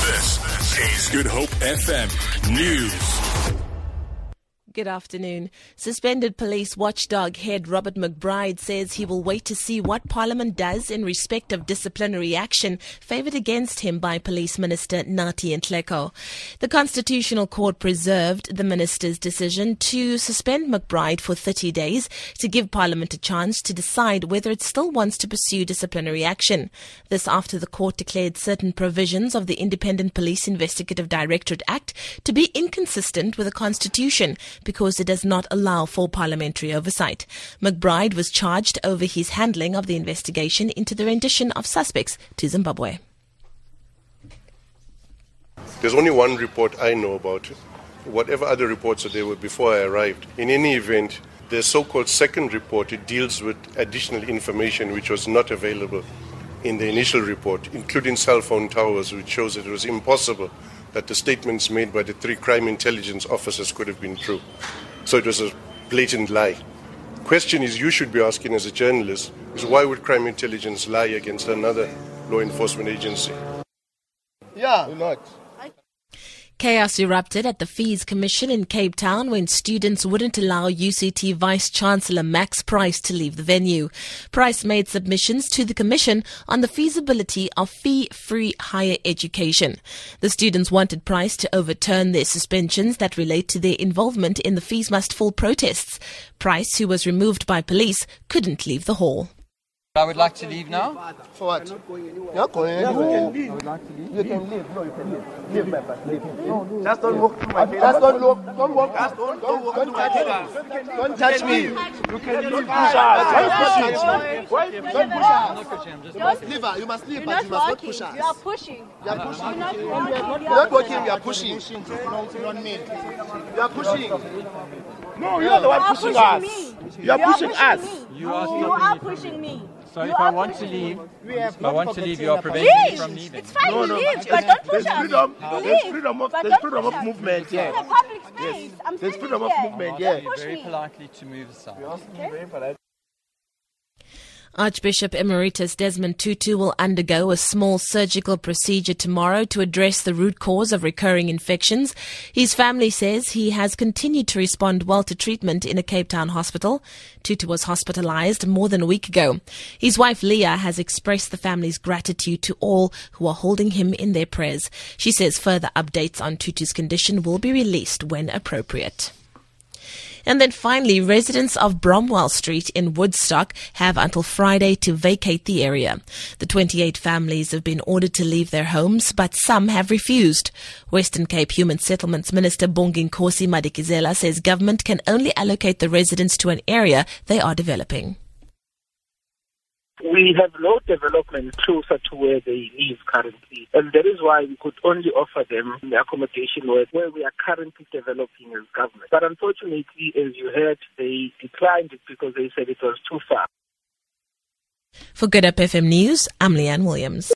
This is Good Hope FM News. Good afternoon. Suspended police watchdog head Robert McBride says he will wait to see what Parliament does in respect of disciplinary action favoured against him by Police Minister Nati Ntleko. The Constitutional Court preserved the minister's decision to suspend McBride for 30 days to give Parliament a chance to decide whether it still wants to pursue disciplinary action. This after the court declared certain provisions of the Independent Police Investigative Directorate Act to be inconsistent with the Constitution because it does not allow for parliamentary oversight. McBride was charged over his handling of the investigation into the rendition of suspects to Zimbabwe. There's only one report I know about. Whatever other reports that there were before I arrived, in any event, the so-called second report it deals with additional information which was not available in the initial report, including cell phone towers, which shows that it was impossible that the statements made by the three crime intelligence officers could have been true. So it was a blatant lie. Question is you should be asking as a journalist is why would crime intelligence lie against another law enforcement agency? Yeah. We're not. Chaos erupted at the Fees Commission in Cape Town when students wouldn't allow UCT Vice Chancellor Max Price to leave the venue. Price made submissions to the Commission on the feasibility of fee free higher education. The students wanted Price to overturn their suspensions that relate to their involvement in the Fees Must Fall protests. Price, who was removed by police, couldn't leave the hall. I would like to leave now. For what? You're not going anywhere. You're going anywhere. You can leave. No, you can leave. Leave, my friend. Leave. Just don't walk through my face. Just don't walk. Don't walk. Just don't, don't walk through my face. Don't touch me. You can leave. Don't push her. Don't push her. Leave her. You must leave, but you must not push us. You are pushing. You are pushing. You're not You're not walking. You are pushing. You are pushing. No, you're the one pushing us. me. You are pushing us. me. You are You stopping are me. pushing me. So You if I are want to pushing me. leave, We have if I not want to leave, you are forgotten preventing me Please. from leaving. It's fine, No, you no, leave, there's- but don't push there's us. freedom- You there's leave, freedom of- but there's don't freedom of push us. movement, This is yeah. a public space. I'm There's standing freedom of here. movement, Don't yeah. Ask you push very me. politely to move aside. Archbishop Emeritus Desmond Tutu will undergo a small surgical procedure tomorrow to address the root cause of recurring infections. His family says he has continued to respond well to treatment in a Cape Town hospital. Tutu was hospitalized more than a week ago. His wife Leah has expressed the family's gratitude to all who are holding him in their prayers. She says further updates on Tutu's condition will be released when appropriate. And then finally, residents of Bromwell Street in Woodstock have until Friday to vacate the area. The 28 families have been ordered to leave their homes, but some have refused. Western Cape Human Settlements Minister Bonginkosi Madikizela says government can only allocate the residents to an area they are developing. We have no development closer to where they live currently, and that is why we could only offer them the accommodation where, where we are currently developing as government. But unfortunately, as you heard, they declined it because they said it was too far. For Good Up FM News, I'm Leanne Williams.